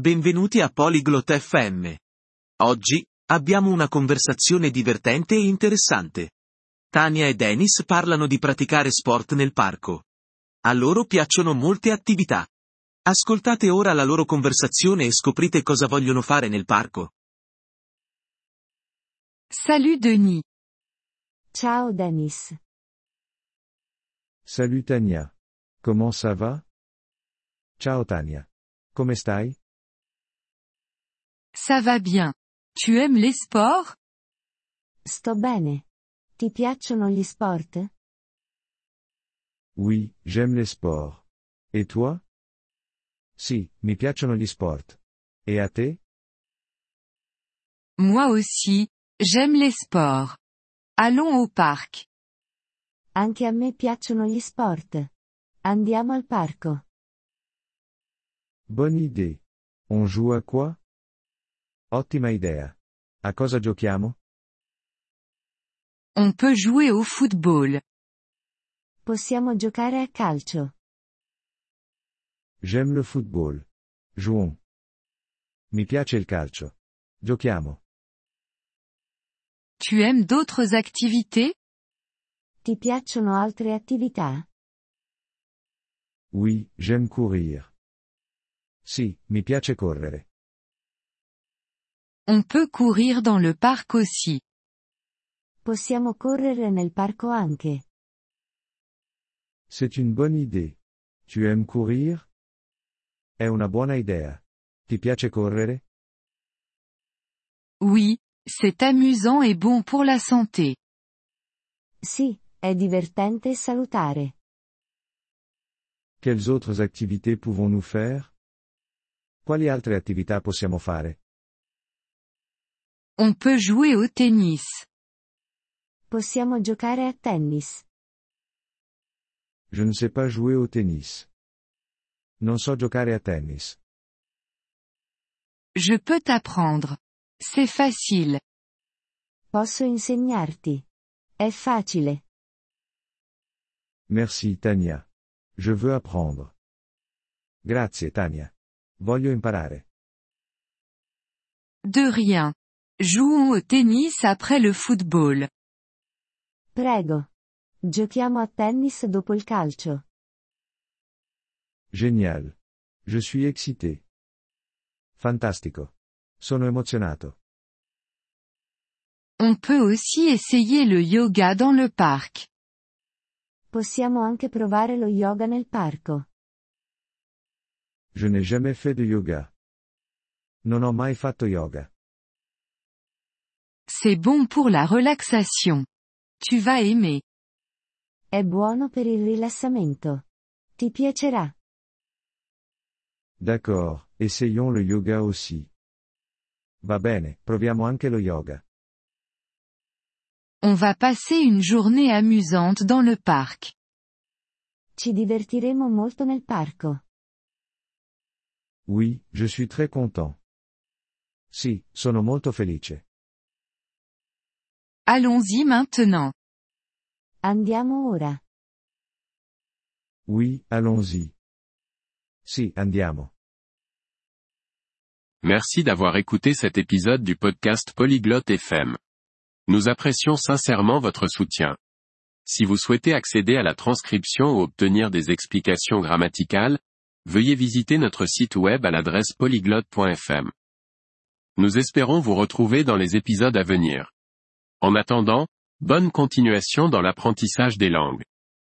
Benvenuti a Polyglot FM. Oggi, abbiamo una conversazione divertente e interessante. Tania e Dennis parlano di praticare sport nel parco. A loro piacciono molte attività. Ascoltate ora la loro conversazione e scoprite cosa vogliono fare nel parco. Salut Denis. Ciao Denis. Salut Tania. Comment ça va? Ciao Tania. Come stai? Ça va bien. Tu aimes les sports Sto bene. Ti piacciono gli sport? Oui, j'aime les sports. Et toi? Sì, mi piacciono gli sport. E a te? Moi aussi, j'aime les sports. Allons au parc. Anche a me piacciono gli sport. Andiamo al parco. Bonne idée. On joue à quoi? Ottima idea. A cosa giochiamo? On peut jouer au football. Possiamo giocare a calcio. J'aime le football. Jouons. Mi piace il calcio. Giochiamo. Tu aimes d'autres activités Ti piacciono altre attività? Oui, j'aime courir. Sì, mi piace correre. On peut courir dans le parc aussi. Possiamo correre nel parco anche. C'est une bonne idée. Tu aimes courir? È una buona idea. Ti piace correre? Oui, c'est amusant et bon pour la santé. Sì, è divertente e salutare. Quelles autres activités pouvons-nous faire? Quali altre attività possiamo fare? On peut jouer au tennis. Possiamo giocare a tennis. Je ne sais pas jouer au tennis. Non so giocare a tennis. Je peux t'apprendre. C'est facile. Posso insegnarti. È facile. Merci Tania. Je veux apprendre. Grazie Tania. Voglio imparare. De rien. Jouons au tennis après le football. Prego. Giochiamo a tennis dopo il calcio. Génial. Je suis excité. Fantastico. Sono emozionato. On peut aussi essayer le yoga dans le parc. Possiamo anche provare lo yoga nel parco. Je n'ai jamais fait de yoga. Non ho mai fatto yoga. C'est bon pour la relaxation. Tu vas aimer. È buono per il rilassamento. Ti piacerà. D'accord, essayons le yoga aussi. Va bene, proviamo anche lo yoga. On va passer une journée amusante dans le parc. Ci divertiremo molto nel parco. Oui, je suis très content. Sì, sono molto felice. Allons-y maintenant. Andiamo ora. Oui, allons-y. Sì, andiamo. Merci d'avoir écouté cet épisode du podcast Polyglotte FM. Nous apprécions sincèrement votre soutien. Si vous souhaitez accéder à la transcription ou obtenir des explications grammaticales, veuillez visiter notre site web à l'adresse polyglotte.fm. Nous espérons vous retrouver dans les épisodes à venir. En attendant, bonne continuation dans l'apprentissage des langues.